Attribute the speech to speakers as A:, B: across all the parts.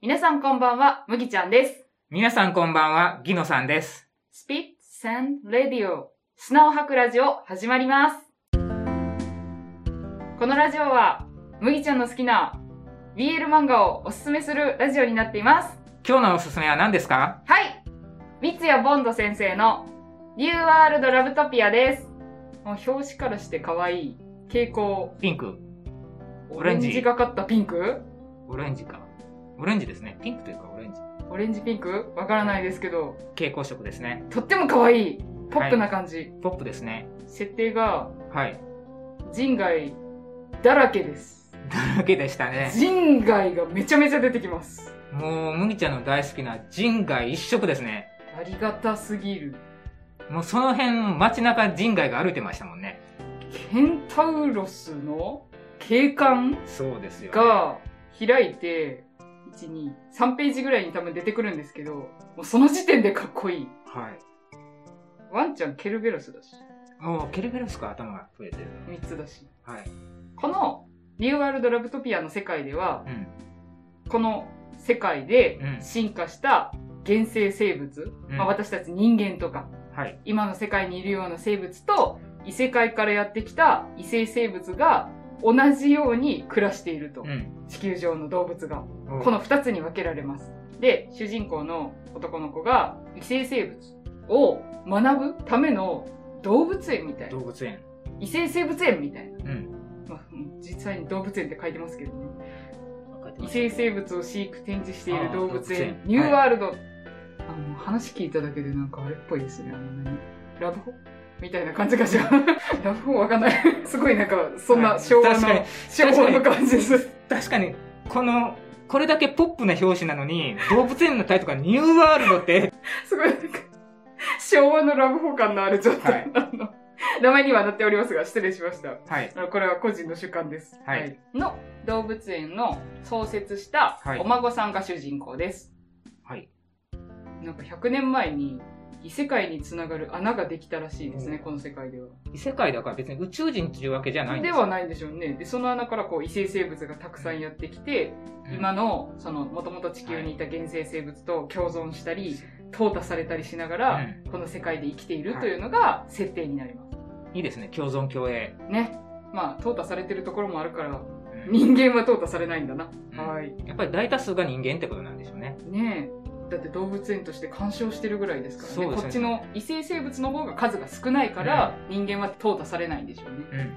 A: 皆さんこんばんは、むぎちゃんです。
B: 皆さんこんばんは、ギノさんです。
A: スピッツ・サンド・レディオ、砂を吐くラジオ、始まります。このラジオは、麦ちゃんの好きな BL 漫画をおすすめするラジオになっています。
B: 今日のおすすめは何ですか
A: はい三谷ボンド先生の、ニューワールド・ラブトピアです。もう表紙からして可愛い。蛍光、
B: ピンク。
A: オ
B: オ
A: レ
B: レ
A: ン
B: ンジ
A: ジがかったピンク
B: オレンジか。オレンジですね。ピンクというかオレンジ。
A: オレンジピンクわからないですけど、
B: 蛍光色ですね。
A: とっても可愛い。ポップな感じ。
B: ポップですね。
A: 設定が、
B: はい。
A: 人外だらけです。
B: だらけでしたね。
A: 人外がめちゃめちゃ出てきます。
B: もう、麦ちゃんの大好きな人外一色ですね。
A: ありがたすぎる。
B: もうその辺、街中人外が歩いてましたもんね。
A: ケンタウロスの景観
B: そうですよ、ね。
A: が開いて、1、2、3ページぐらいに多分出てくるんですけど、もうその時点でかっこいい。
B: はい。
A: ワンちゃんケルベロスだし、
B: おーケルベロスか、頭が増えてるの。
A: 3つだし。
B: はい。
A: この、ニューワールドラブトピアの世界では
B: う、ん。
A: この世界で
B: うん
A: 進化した原生生物、
B: うん
A: まあ、私たち人間とか、
B: はい。
A: 今の世界にいるような生物と異世界からやってきた異性生物が同じように暮らしていると、
B: うん。
A: 地球上の動物が
B: おー
A: この2つに分けられますで主人公の男の子が異性生物を学ぶための動物園みたいな
B: 動物園。
A: 異性生物園みたいな、
B: うん。
A: まあ、うん実際に動物園って書いてますけどね異
B: 異性
A: 性生物を飼育展示している動
B: あー動
A: 物
B: 物園
A: 園ニューワールド、あの話聞いただけでなんかあれっぽいですねあの何ラブホみたいな感じがしら ラブホわかんない すごいなんかそん
B: は
A: ない昭和の、
B: 確かに
A: 昭和の感じです
B: 確かに、この、これだけポップな表紙なのに、動物園のタイトルがニューワールドって、
A: すごいなんか昭和のラブホ感のあるちょっと、
B: はい
A: あの名前にはなっておりますが失礼しました
B: はい。
A: あのこれは個人の主観です、
B: はい
A: の動物園の創設した
B: はい
A: お孫さんが主人公です、
B: はい。
A: なんか100年前に異世界につながる穴ができたらしいですね、
B: うん
A: この世界では。
B: 異世界だから別に宇宙人っていうわけじゃないん
A: ですはないんでしょうね。で、その穴からこう異性生物がたくさんやってきて、今のそのもともと地球にいた原生生物と共存したり、淘汰されたりしながら、この世界で生きているというのが設定になります。
B: うんいいですね。共存共栄。
A: ね。まあ、淘汰されてるところもあるから、
B: うん
A: 人間は淘汰されないんだな。
B: うん
A: はい。
B: やっぱり大多数が人間ってことなんでしょうね。
A: ねえ。だって動物園として鑑賞してるぐらいですからね
B: そうですね
A: こっちの異性生物の方が数が少ないから、人間は淘汰されないんでしょうね。
B: うん。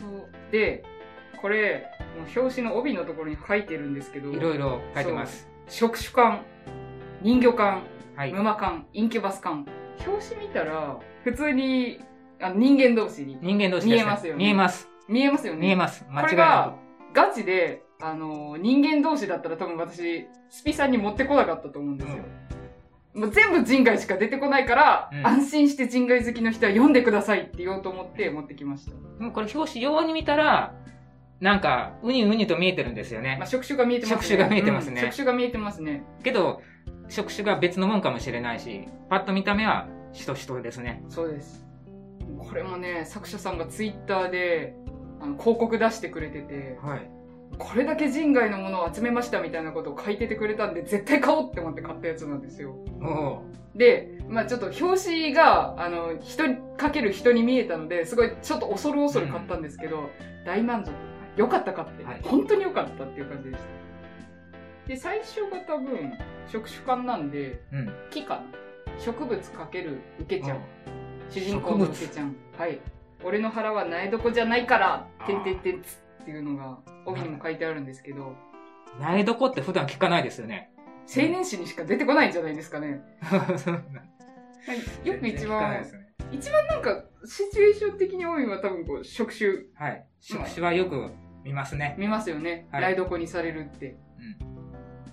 A: そうでこれもう表紙の帯のところに書いてるんですけど
B: いろいろ書いてます。
A: 触手感人魚感
B: はい。
A: 沼感インキュバス感表紙見たら普通にあの人間同士に
B: 人間同士です、
A: 見えますよね
B: 見えます。
A: 見えますよね
B: 見えます。間
A: これ
B: 違いな
A: がガチであの人間同士だったら多分私スピさんに持ってこなかったと思うんですよ、もう全部人外しか出てこないから、
B: うん
A: 安心して人外好きの人は読んでくださいって言おうと思って持ってきました。
B: く。でもこれ表紙用に見たら、なんか、ウニウニと見えてるんですよね
A: まあ、。触手が見えてますね。
B: 触手が見えてますね
A: うん触手が見えてますね。
B: けど、触手が別のもんかもしれないし、パッと見た目は、しとしとですね。
A: そうですこれもね作者さんがツイッターであの広告出してくれてて
B: はい。
A: これだけ人外のものを集めましたみたいなことを書いててくれたんで絶対買おうって思って買ったやつなんですよ
B: お
A: で、まあ、ちょっと表紙があの人にかける人に見えたのですごいちょっと恐る恐る買ったんですけど、大満足よかったかって、
B: はい
A: 本当によかったっていう感じでしたで最初が多分触手感なんで
B: う。うん。
A: 木かな植物かける受けちゃう主人公のうけちゃん、はい、俺の腹は苗床じゃないから、
B: あー
A: てんてんてんつっていうのが、帯にも書いてあるんですけど、青
B: 苗床って普段聞かないですよ ね。
A: 年誌にしか出てこないんじゃないですかね。よく一番
B: 全然聞かないで、すね。
A: なんか、シチュエーション的に多いのは多分こう、触手
B: はい。触手はよく見ますね。
A: 見ますよね。
B: はい
A: 苗床にされるって。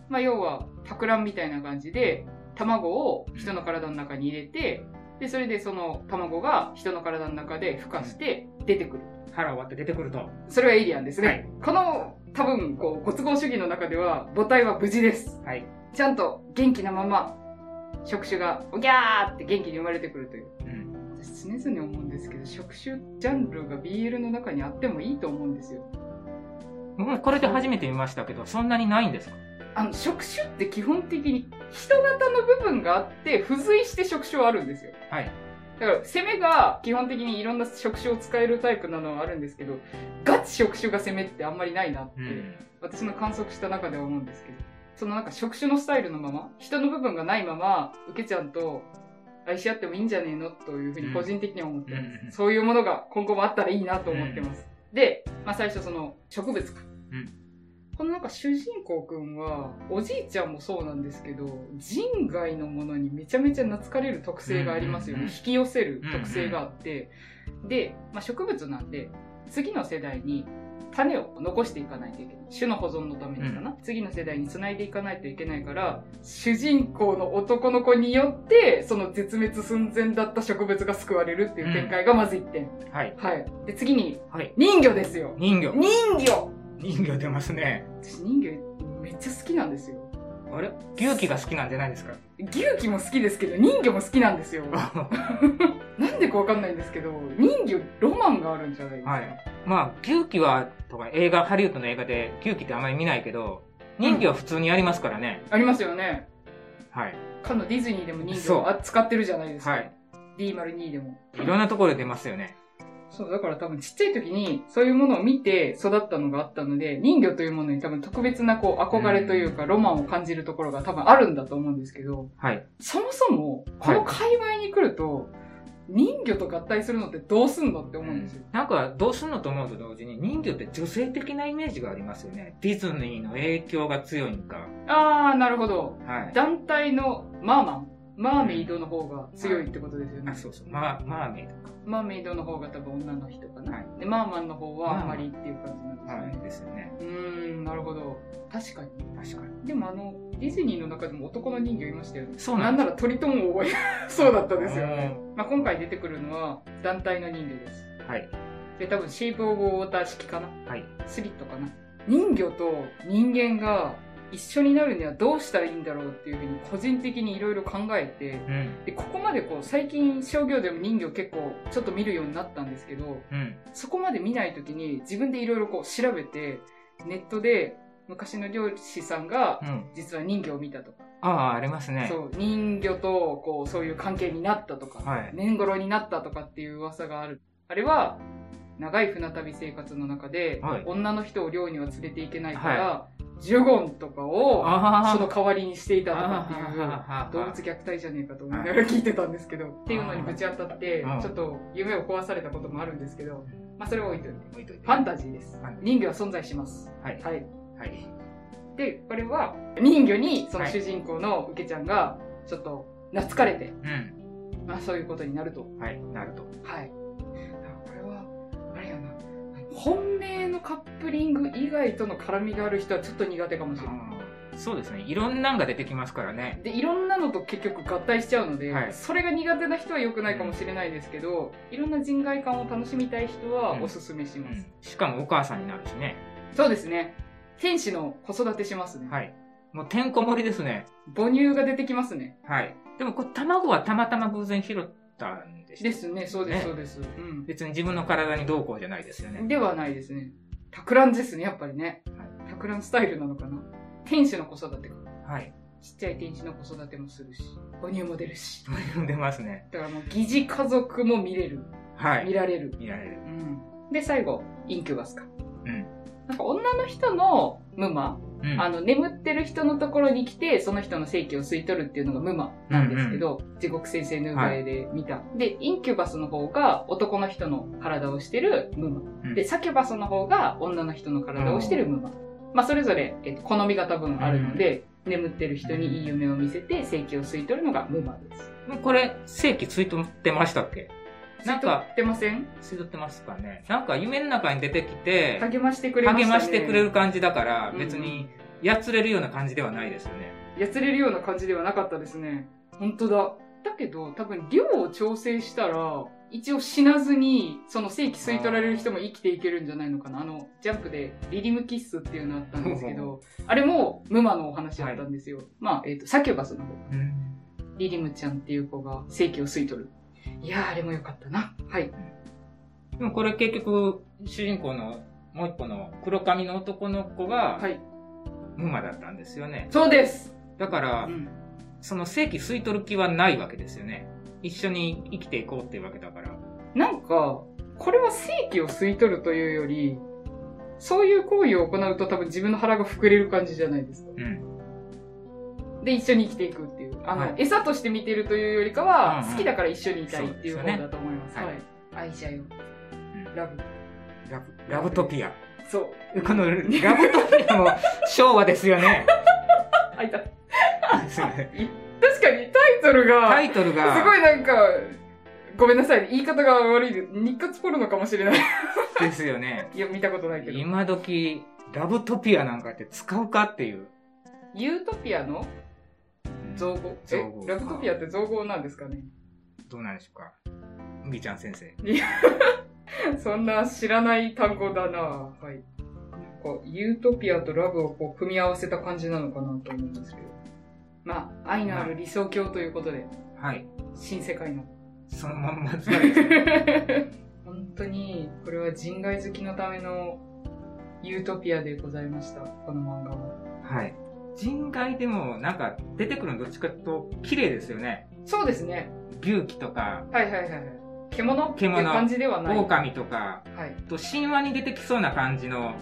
A: まあ、要は、企んみたいな感じで、卵を人の体の中に入れて、で、それでその卵が人の体の中で孵化して出てくる。
B: 腹を割って出てくると。
A: それはエイリアンですね。
B: はい
A: この、多分、こう、ご都合主義の中では、母体は無事です。
B: はい。
A: ちゃんと元気なまま、触手が、おぎゃーって元気に生まれてくるという。
B: うん。
A: 私常々思うんですけど、触手ジャンルが BL の中にあってもいいと思うんですよ。
B: 僕もこれで初めて見ましたけど、そんなにないんですか
A: あの触手って基本的に人型の部分があって付随して触手はあるんですよ
B: はい
A: だから攻めが基本的にいろんな触手を使えるタイプなのはあるんですけどガチ触手が攻めってあんまりないなって、
B: うん
A: 私の観測した中では思うんですけどそのなんか触手のスタイルのまま人の部分がないまま受けちゃんと愛し合ってもいいんじゃねえのというふうに個人的には思ってます、
B: うんうん
A: そういうものが今後もあったらいいなと思ってます、で、まあ、最初その植物か、
B: うん
A: このなんか主人公くんはおじいちゃんもそうなんですけど人外のものにめちゃめちゃ懐かれる特性がありますよね、
B: うんうんうん
A: 引き寄せる特性があって、で、まあ、植物なんで次の世代に種を残していかないといけない種の保存のためにかな、次の世代につないでいかないといけないから主人公の男の子によってその絶滅寸前だった植物が救われるっていう展開がまず1点、
B: はい
A: はいで次に
B: はい
A: 人魚ですよ
B: 人魚
A: 人魚
B: 人魚出ますね
A: 私人魚めっちゃ好きなんですよ
B: あれ牛気が好きなんじゃないですか
A: 牛気も好きですけど人魚も好きなんですよ
B: は
A: なんでかわかんないんですけど人魚ロマンがあるんじゃないですか、
B: い まあ牛気はとか映画ハリウッドの映画で牛気ってあまり見ないけど人魚は普通にありますからね、
A: ありますよね
B: はい
A: かのディズニーでも人
B: そ
A: 魚
B: う
A: あ使ってるじゃないですか、
B: はい
A: D02 でも
B: いろんなところで出ますよね
A: そう、だから多分ちっちゃい時にそういうものを見て育ったのがあったので、人魚というものに多分特別なこう憧れというかロマンを感じるところが多分あるんだと思うんですけど、
B: はい
A: そもそもこの界隈に来ると、人魚と合体するのってどうすんのって思うんですよ。
B: なんかどうすんのと思うと同時に人魚って女性的なイメージがありますよねディズニーの影響が強いんか
A: あー、なるほど。
B: はい
A: 団体のマーマン。マーメイドの方が強いってことですよね
B: あ。そうそうマーマーメイドか
A: マーメイドの方が多分女の人かな。
B: はい
A: で、マーマンの方はあんまりっていう感じなんですよ
B: は
A: ね。
B: いですよね
A: うーん、なるほど。確かに。
B: 確かに
A: でもあのディズニーの中でも男の人魚いましたよね
B: そう
A: な
B: なん
A: ん
B: だ
A: なら鳥とも覚え そうだったですよ、
B: よ
A: まあ、今回出てくるのは団体の人魚です
B: はい
A: で多分シープ・オブ・ウォーター式かな
B: はい
A: スリットかな人魚と人間が一緒になるにはどうしたらいいんだろうっていうふうに個人的にいろいろ考えて
B: うん
A: でここまでこう最近商業でも人魚結構ちょっと見るようになったんですけど
B: うん
A: そこまで見ない時に自分でいろいろこう調べてネットで昔の漁師さんが
B: うん
A: 実は人魚を見たとか
B: ああありますね
A: そう人魚とこうそういう関係になったとか、
B: はい
A: 年頃になったとかっていう噂があるあれは長い船旅生活の中で、
B: はい
A: 女の人を漁には連れていけないから、ジュゴンとかを
B: あ
A: そ
B: あ
A: の代わりにしていたとかっていう
B: あ
A: 動物虐待じゃねえかと思いながら聞いてたんですけどっていうのにぶち当たって
B: うん
A: ちょっと夢を壊されたこともあるんですけど、まあ、それは置いといて
B: 動物
A: ファンタジーです
B: はい
A: 人魚は存在します
B: はい
A: はい
B: はい
A: でこれは人魚にその主人公のウケちゃんがちょっと懐かれて、
B: うん
A: まあ、そういうことになると
B: はいなると
A: はいあこれはあれやな本命のカップリング以外との絡みがある人はちょっと苦手かもしれない
B: そうですねいろんなんが出てきますからね
A: でいろんなのと結局合体しちゃうので、
B: はい
A: それが苦手な人は良くないかもしれないですけど、いろんな人外観を楽しみたい人はおすすめし
B: う
A: ます、
B: んしかもお母さんになるしね
A: そうですね天使の子育てしますね、
B: はいもうてんこ盛りですね
A: 母乳が出てきますね
B: はいでもこれ卵はたまたま偶然拾ったんでした
A: ですねそうですそう
B: ね
A: です、うん
B: 別に自分の体にどうこうじゃないですよね
A: ではないですね。タクランですね、やっぱりね。タクランスタイルなのかな。天使の子育てか。
B: はい
A: ちっちゃい天使の子育てもするし、母乳も出るし。
B: 出ますね
A: だからもう疑似家族も見れる。
B: はい
A: 見られる。
B: 見られる
A: うん。で、最後、インキュバスか。
B: うん
A: なんか女の人のムマ、
B: うん
A: あの、眠ってる人のところに来て、その人の性器を吸い取るっていうのがムマなんですけど、地獄先生の上で見た。で、インキュバスの方が男の人の体をしてるムマ。
B: うん
A: で、サキュバスの方が女の人の体をしてるムマ。まあ、それぞれ、えっと、好み方分あるので、眠ってる人にいい夢を見せて、性器を吸い取るのがムマです。
B: もうこれ正規ついとってましたっけなんか
A: 吸い取ってません
B: ついとってますかねなんか夢の中に出てきて
A: 励ましてくれました、ね。
B: 励ましてくれる。感じだから、
A: うん
B: 別にやつれるような感じではないですよね。
A: やつれるような感じではなかったですね。本当だ。だけど、多分、量を調整したら、一応死なずに、その性器吸い取られる人も生きていけるんじゃないのかな。あの、ジャンプで、リリムキッスっていうのあったんですけ
B: ほ
A: ど、あれも、ムマのお話だったんですよ。まあ、えっ、と、サキュバスの方リリムちゃんっていう子が正気を吸い取る。いやー、あれも良かったな。はい。
B: でもこれ結局、主人公のもう一個の黒髪の男の子が、
A: はい。
B: ムマだったんですよね。
A: そうです、
B: だから、
A: うん
B: その正規吸い取る気はないわけですよね。一緒に生きていこうっていうわけだから。
A: なんか、これは正規を吸い取るというより、そういう行為を行うと多分自分の腹が膨れる感じじゃないですか。
B: うん。
A: で、一緒に生きていくっていう。あの、
B: はい
A: 餌として見てるというよりか
B: う
A: は
B: んう、ん
A: 好きだから一緒にいたいっていう
B: そう
A: 方
B: ですよね
A: だと思います。
B: はい
A: はい。愛じゃよ。
B: ん
A: ラブ。
B: ラブラブトピア。
A: そう。
B: このラブトピアも昭和ですよ ね。
A: あ、いた。
B: すいません
A: 確かにタイトルが、
B: タ
A: す
B: イトルが、
A: ごいなんか、ごめんなさい。言い方が悪いで、日活ポルノかもしれない。
B: ですよね。
A: いや、見たことないけど。
B: 今時、ラブトピアなんかって使うかっていう。
A: ユートピアの造語。
B: 造
A: え
B: 語、
A: ラブトピアって造語なんですかね
B: どうなんでしょうか。麦ちゃん先生。
A: そんな知らない単語だなはい。なんか、ユートピアとラブをこう組み合わせた感じなのかなと思うんですけど。まあ、愛のある理想郷ということで、
B: はい。
A: 新世界 の。
B: そのまんま 使うですね。
A: 本当に、これは人外好きのためのユートピアでございました。この漫画は。
B: はい。人外でもなんか出てくるのどっちかというと綺麗ですよね。
A: そうですね。
B: 牛気とか、
A: はいはいはいはい。獣って
B: 獣
A: 感じではない。は
B: 狼とか、
A: い。
B: と神話に出てきそうな感じの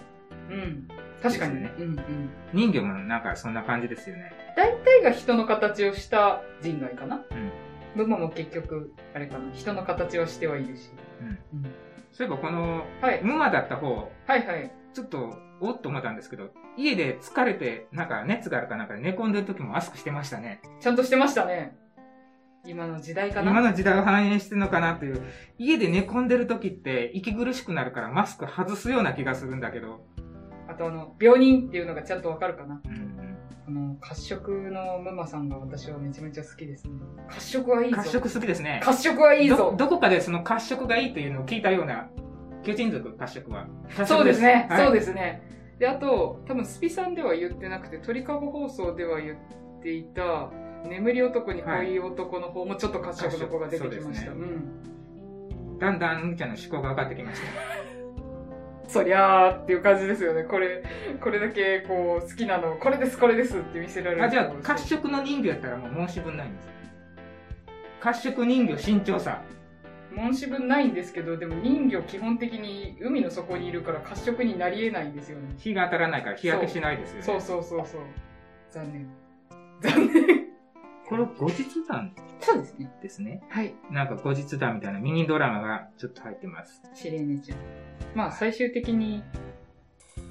A: うん。確かに
B: で
A: ね
B: す。
A: うんうん。
B: 人魚もなんかそんな感じですよね。
A: 大体が人の形をした人外かな。
B: うん
A: ブマも結局、あれかな、人の形をしてはいるし。
B: うん。
A: うん
B: そういえばこの、
A: はい、
B: ムマだった方、
A: はいはい。
B: ちょっと、おっと思ったんですけど、家で疲れて、なんか熱があるかなんかで寝込んでる時もマスクしてましたね。
A: ちゃんとしてましたね。今の時代か
B: 今
A: な。
B: の時代を反映してるのかなっていう、家で寝込んでる時って息苦しくなるからマスク外すような気がするんだけど、
A: あとあの、病人っていうのがちゃんとわかるかな。
B: うん
A: あの、褐色のムマさんが私はめちゃめちゃ好きですね。褐色はいいぞ。
B: 褐色好きですね。
A: 褐色はいい
B: ど
A: ぞ。
B: どこかでその褐色がいいというのを聞いたような、巨人族褐色は。
A: そうですね、
B: はい
A: そうですね。で、あと、多分スピさんでは言ってなくて、鳥かご放送では言っていた、眠り男に恋男の方もちょっと褐色の子が出てきました。
B: そううです
A: ん。
B: だんだん、むちゃんの思考が分かってきました。
A: そりゃーっていう感じですよね。これ、これだけこう、好きなの、これです、これですって見せられる。
B: あじゃあ、褐色の人魚やったらもう申し分ないんです。褐色人魚身長差。
A: 申し分ないんですけど、でも人魚基本的に海の底にいるから褐色になり得ないんですよね。
B: 日が当たらないから日焼けしないですよね。
A: そうそうそうそう。残念。残念。
B: これ後日談
A: そうですね。
B: ですね。
A: はい。
B: なんか後日談みたいなミニドラマがちょっと入ってます。
A: シレーネちゃん。まあ、最終的に、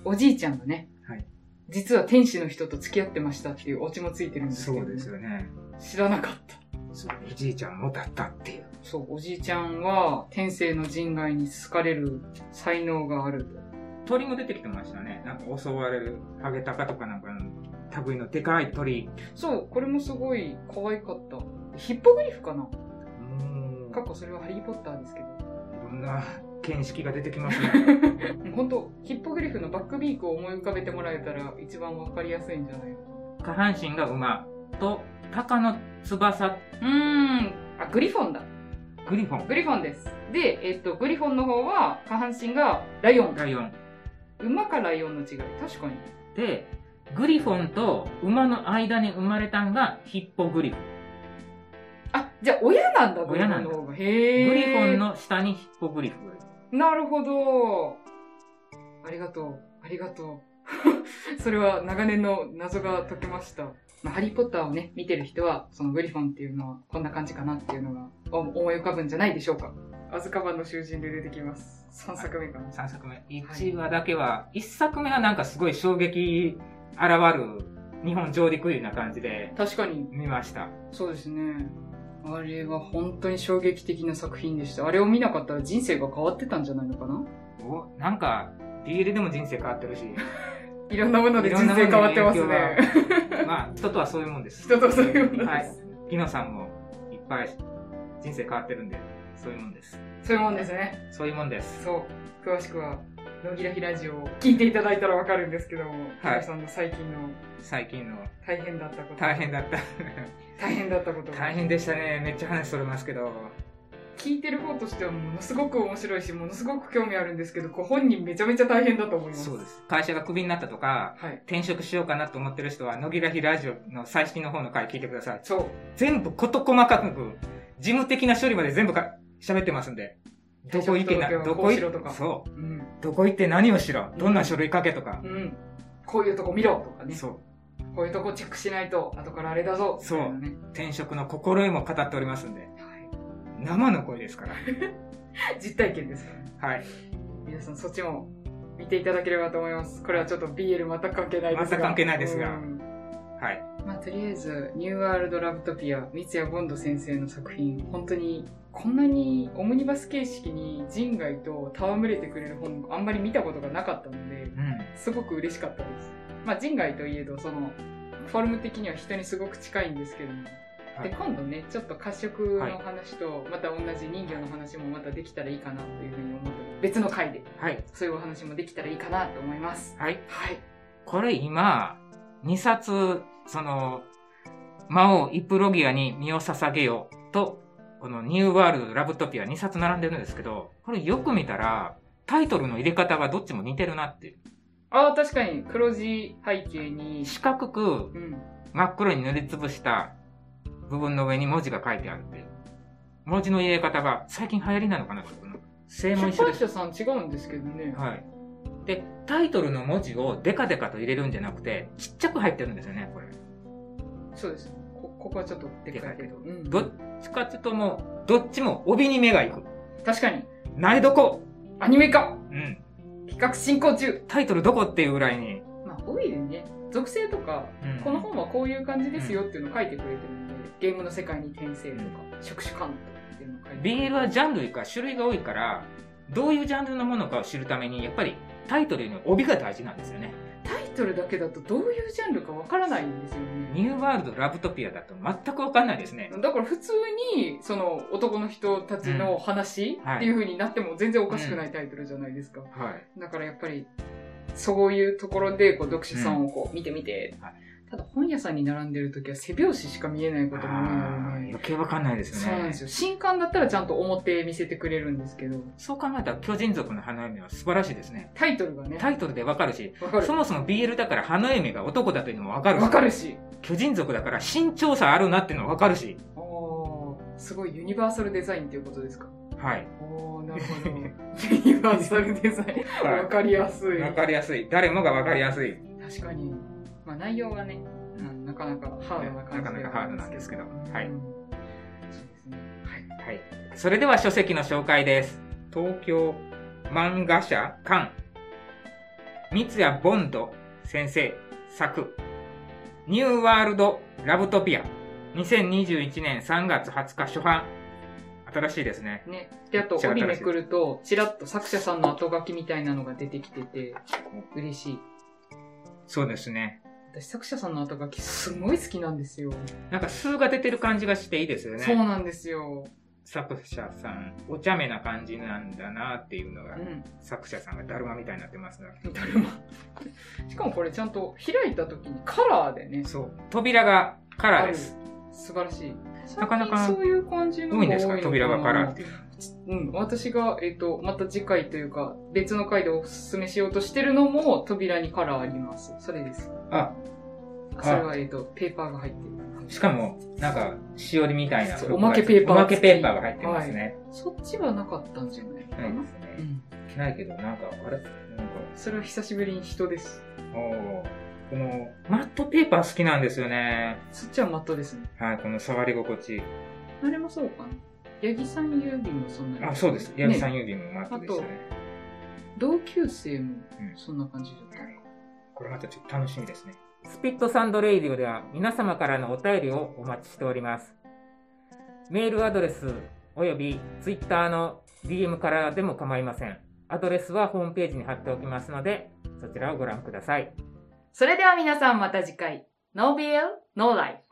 A: おじいちゃんがね、
B: はい
A: 実は天使の人と付き合ってましたっていうオチもついてるんですけど、
B: よね。
A: 知らなかった。
B: そう、おじいちゃんもだったっていう。
A: そう、おじいちゃんは天性の人外に好かれる才能があると。
B: 鳥も出てきてましたね。なんか襲われるハゲタカとかなんかの類のでかい鳥。
A: そう、これもすごい可愛かった。ヒッポグリフかな
B: うん
A: 過去それはハリーポッターですけど。
B: いろんな見識が出てきます ね。
A: 本当ヒッポグリフのバックビークを思い浮かべてもらえたら一番わかりやすいんじゃないか
B: 下半身が馬と鷹の翼、
A: な。うーん。あ、グリフォンだ。
B: グリフォン、
A: グリフォンです。で、えっと、グリフォンの方は下半身がライオン。
B: ライオン。
A: 馬かライオンの違い。確かに。
B: で、グリフォンと馬の間に生まれたんがヒッポグリフォン。
A: あ、じゃあ親なんだ、グリフォ
B: 親なん
A: ン
B: だ
A: の方が。へー
B: グリフォンの下にヒッポグリフがいる。
A: なるほど。ありがとう。ありがとう。そ れは長年の謎が解けました。まあ、ハリーポッターをね、見てる人は、そのグリフォンっていうのはこんな感じかなっていうのがお思い浮かぶんじゃないでしょうか。アズカバンの囚人で出てきます。3作目かな。
B: 3作目1話だけは、一1作目はなんかすごい衝撃現る日本上陸いうような感じで
A: 確かに、
B: 見ました
A: そうですね。あれは本当に衝撃的な作品でした。あれを見なかったら人生が変わってたんじゃないのかな
B: おなんか BL でも人生変わってるし
A: いろんなもので人生変わってますね。
B: まあ人とはそういうもんです
A: 人とはそういうものです
B: はいギノさんもいっぱい人生変わってるんでそういうもんです
A: そういうもんですね。
B: そういうもんです
A: そう、詳しくは、野木らひラジオを聞いていただいたらわかるんですけども、
B: はい
A: 皆さんの最近の
B: 最近の
A: 大変だったこと。
B: 大変だった
A: 大変だったこと。
B: 大変でしたねめっちゃ話それますけど
A: 聞いてる方としてはものすごく面白いし、ものすごく興味あるんですけど、ご本人めちゃめちゃ大変だと思います。
B: そうです。会社がクビになったとか、
A: はい。
B: 転職しようかなと思ってる人は、野木らひラジオの最新の方の回聞いてください。
A: そう。
B: 全部事細かく、事務的な処理まで全部か喋ってますんで。どこ行けな、
A: 退職届は
B: ど
A: こ
B: こ
A: うしろと
B: 行
A: か
B: そう。
A: うん。
B: どこ行って何をしろ、どんな書類書けとか。
A: うん。こういうとこ見ろとかね。
B: そう。
A: こういうとこチェックしないと、後からあれだぞ。
B: そう
A: みたいなね。
B: 転職の心得も語っておりますんで。
A: は
B: 生の声ですから。
A: い。実体験ですからね。
B: はい。
A: 皆さんそっちも見ていただければと思います。これはちょっと BL また関係ないですが。
B: また関係ないですが
A: うん
B: はい。
A: まあ、とりあえず、ニューワールド・ラブトピア、三ツ矢ボンド先生の作品、本当に、こんなにオムニバス形式に人外と戯れてくれる本、あんまり見たことがなかったので、
B: うん。
A: すごく嬉しかったです。まあ、人外といえど、その、フォルム的には人にすごく近いんですけども。
B: は
A: で、
B: い。
A: 今度ね、ちょっと褐色の話と、また同じ人魚の話もまたできたらいいかなというふうに思ってます、別の回で、
B: はい。
A: そういうお話もできたらいいかなと思います。
B: はい。
A: はい。
B: これ今、2冊、その、魔王イプロギアに身を捧げよと、このニューワールドラブトピア2冊並んでるんですけど、これよく見たら、タイトルの入れ方がどっちも似てるなって。
A: ああ、確かに、黒字背景に、
B: 四角く
A: うん。
B: 真っ黒に塗りつぶした部分の上に文字が書いてあるっていう。文字の入れ方が最近流行りなのかなと思う。正も
A: 出
B: 一緒で
A: 版
B: す。
A: 社さん違うんですけどね。
B: はい。で、タイトルの文字をデカデカと入れるんじゃなくて、ちっちゃく入ってるんですよね、これ。
A: そうです。こここはちょっとでかいけど。うん
B: どっちかっていうともう、どっちも帯に目がいく。
A: 確かに、
B: ないどこ
A: アニメ化
B: うん。
A: 企画進行中
B: タイトルどこっていうぐらいに。
A: まあ、帯でね、属性とか、
B: うん
A: この本はこういう感じですよっていうのを書いてくれてるので、ゲームの世界に転生とか、職種観とっていうのを書いて
B: BL はジャンルか種類が多いから、どういうジャンルのものかを知るために、やっぱりタイトルよりも帯が大事なんですよね。
A: タイトルだけだとどういうジャンルかわからないんですよね。
B: ニューワールドラブトピアだと全くわかんないですね。
A: だから普通に、その男の人たちの話
B: うんはい
A: っていう風になっても全然おかしくないタイトルじゃないですか。
B: はい。
A: だからやっぱり、そういうところで、こう、読者さんをこう、見てみて、
B: はい
A: ただ本屋さんに並んでる時は背表紙しか見えないことも多いので、
B: 余計わかんないですよね。
A: そうなんですよ。新刊だったらちゃんと表見せてくれるんですけど、
B: そう考えたら巨人族の花嫁は素晴らしいですね。
A: タイトルがね、
B: タイトルでわかるし、
A: わかる
B: そ。もそも BL だから花嫁が男だというのもわかるし
A: わかるし、
B: 巨人族だから身長差あるなっていうのはわかるし。
A: あーすごいユニバーサルデザインっていうことですか。
B: はい。
A: おーなるほど。 ユニバーサルデザイン。わかりやすい。
B: わかりやすい。誰もがわかりやすい。
A: 確かに。まあ内容はね、うんなかなかハードな感じではある
B: なかなかハードなんですけどはい
A: うんそうですね。はい。
B: はい。それでは書籍の紹介です。東京漫画社館三谷ボンド先生作ニューワールドラブトピア2021年3月20日初版新しいですね。
A: ね。で、あと、帯めくると、ちらっと作者さんの後書きみたいなのが出てきてて、嬉しい。
B: そうですね。
A: 私、作者さんの後書き、すごい好きなんですよ。
B: なんか数が出てる感じがしていいですよね。
A: そうなんですよ。
B: 作者さん、お茶目な感じなんだなっていうのが、
A: う
B: 作者さんがだるまみたいになってますが。
A: ん。だるま。しかもこれ、ちゃんと開いた時にカラーでね、
B: そう。扉がカラーです。
A: 素晴らしい。
B: なかなか
A: 最近そういう感じのが
B: 多いんですか
A: の
B: 扉がカラーっていうのは。
A: うん、私が、えっ、と、また次回というか、別の回でおすすめしようとしてるのも、扉にカラーあります。それです。
B: あ、
A: それは、えっ、と、ペーパーが入ってる。
B: しかも、なんか、しおりみたいな
A: そうおまけペーパー
B: おまけペーパーが入ってますね。
A: そっちはなかったんじゃないかな。
B: ないで
A: う
B: す
A: ん。
B: ね。ないけど、なんか、あれなんか、
A: それは久しぶりに人です。
B: おーこの、マットペーパー好きなんですよね。
A: そっちはマットですね。
B: はい、この触り心地。
A: あれもそうかな。八木さん郵便もそんな
B: あ、そうです。八木さん
A: ね
B: 郵便もマットでしたね。
A: 同級生も
B: うん
A: そんな感じだった。
B: これまたちょっと楽しみですね。スピットサンドレイディオでは皆様からのお便りをお待ちしております。メールアドレスおよびツイッターの DM からでも構いません。アドレスはホームページに貼っておきますので、そちらをご覧ください。
A: それでは皆さんまた次回。No BL, No Life.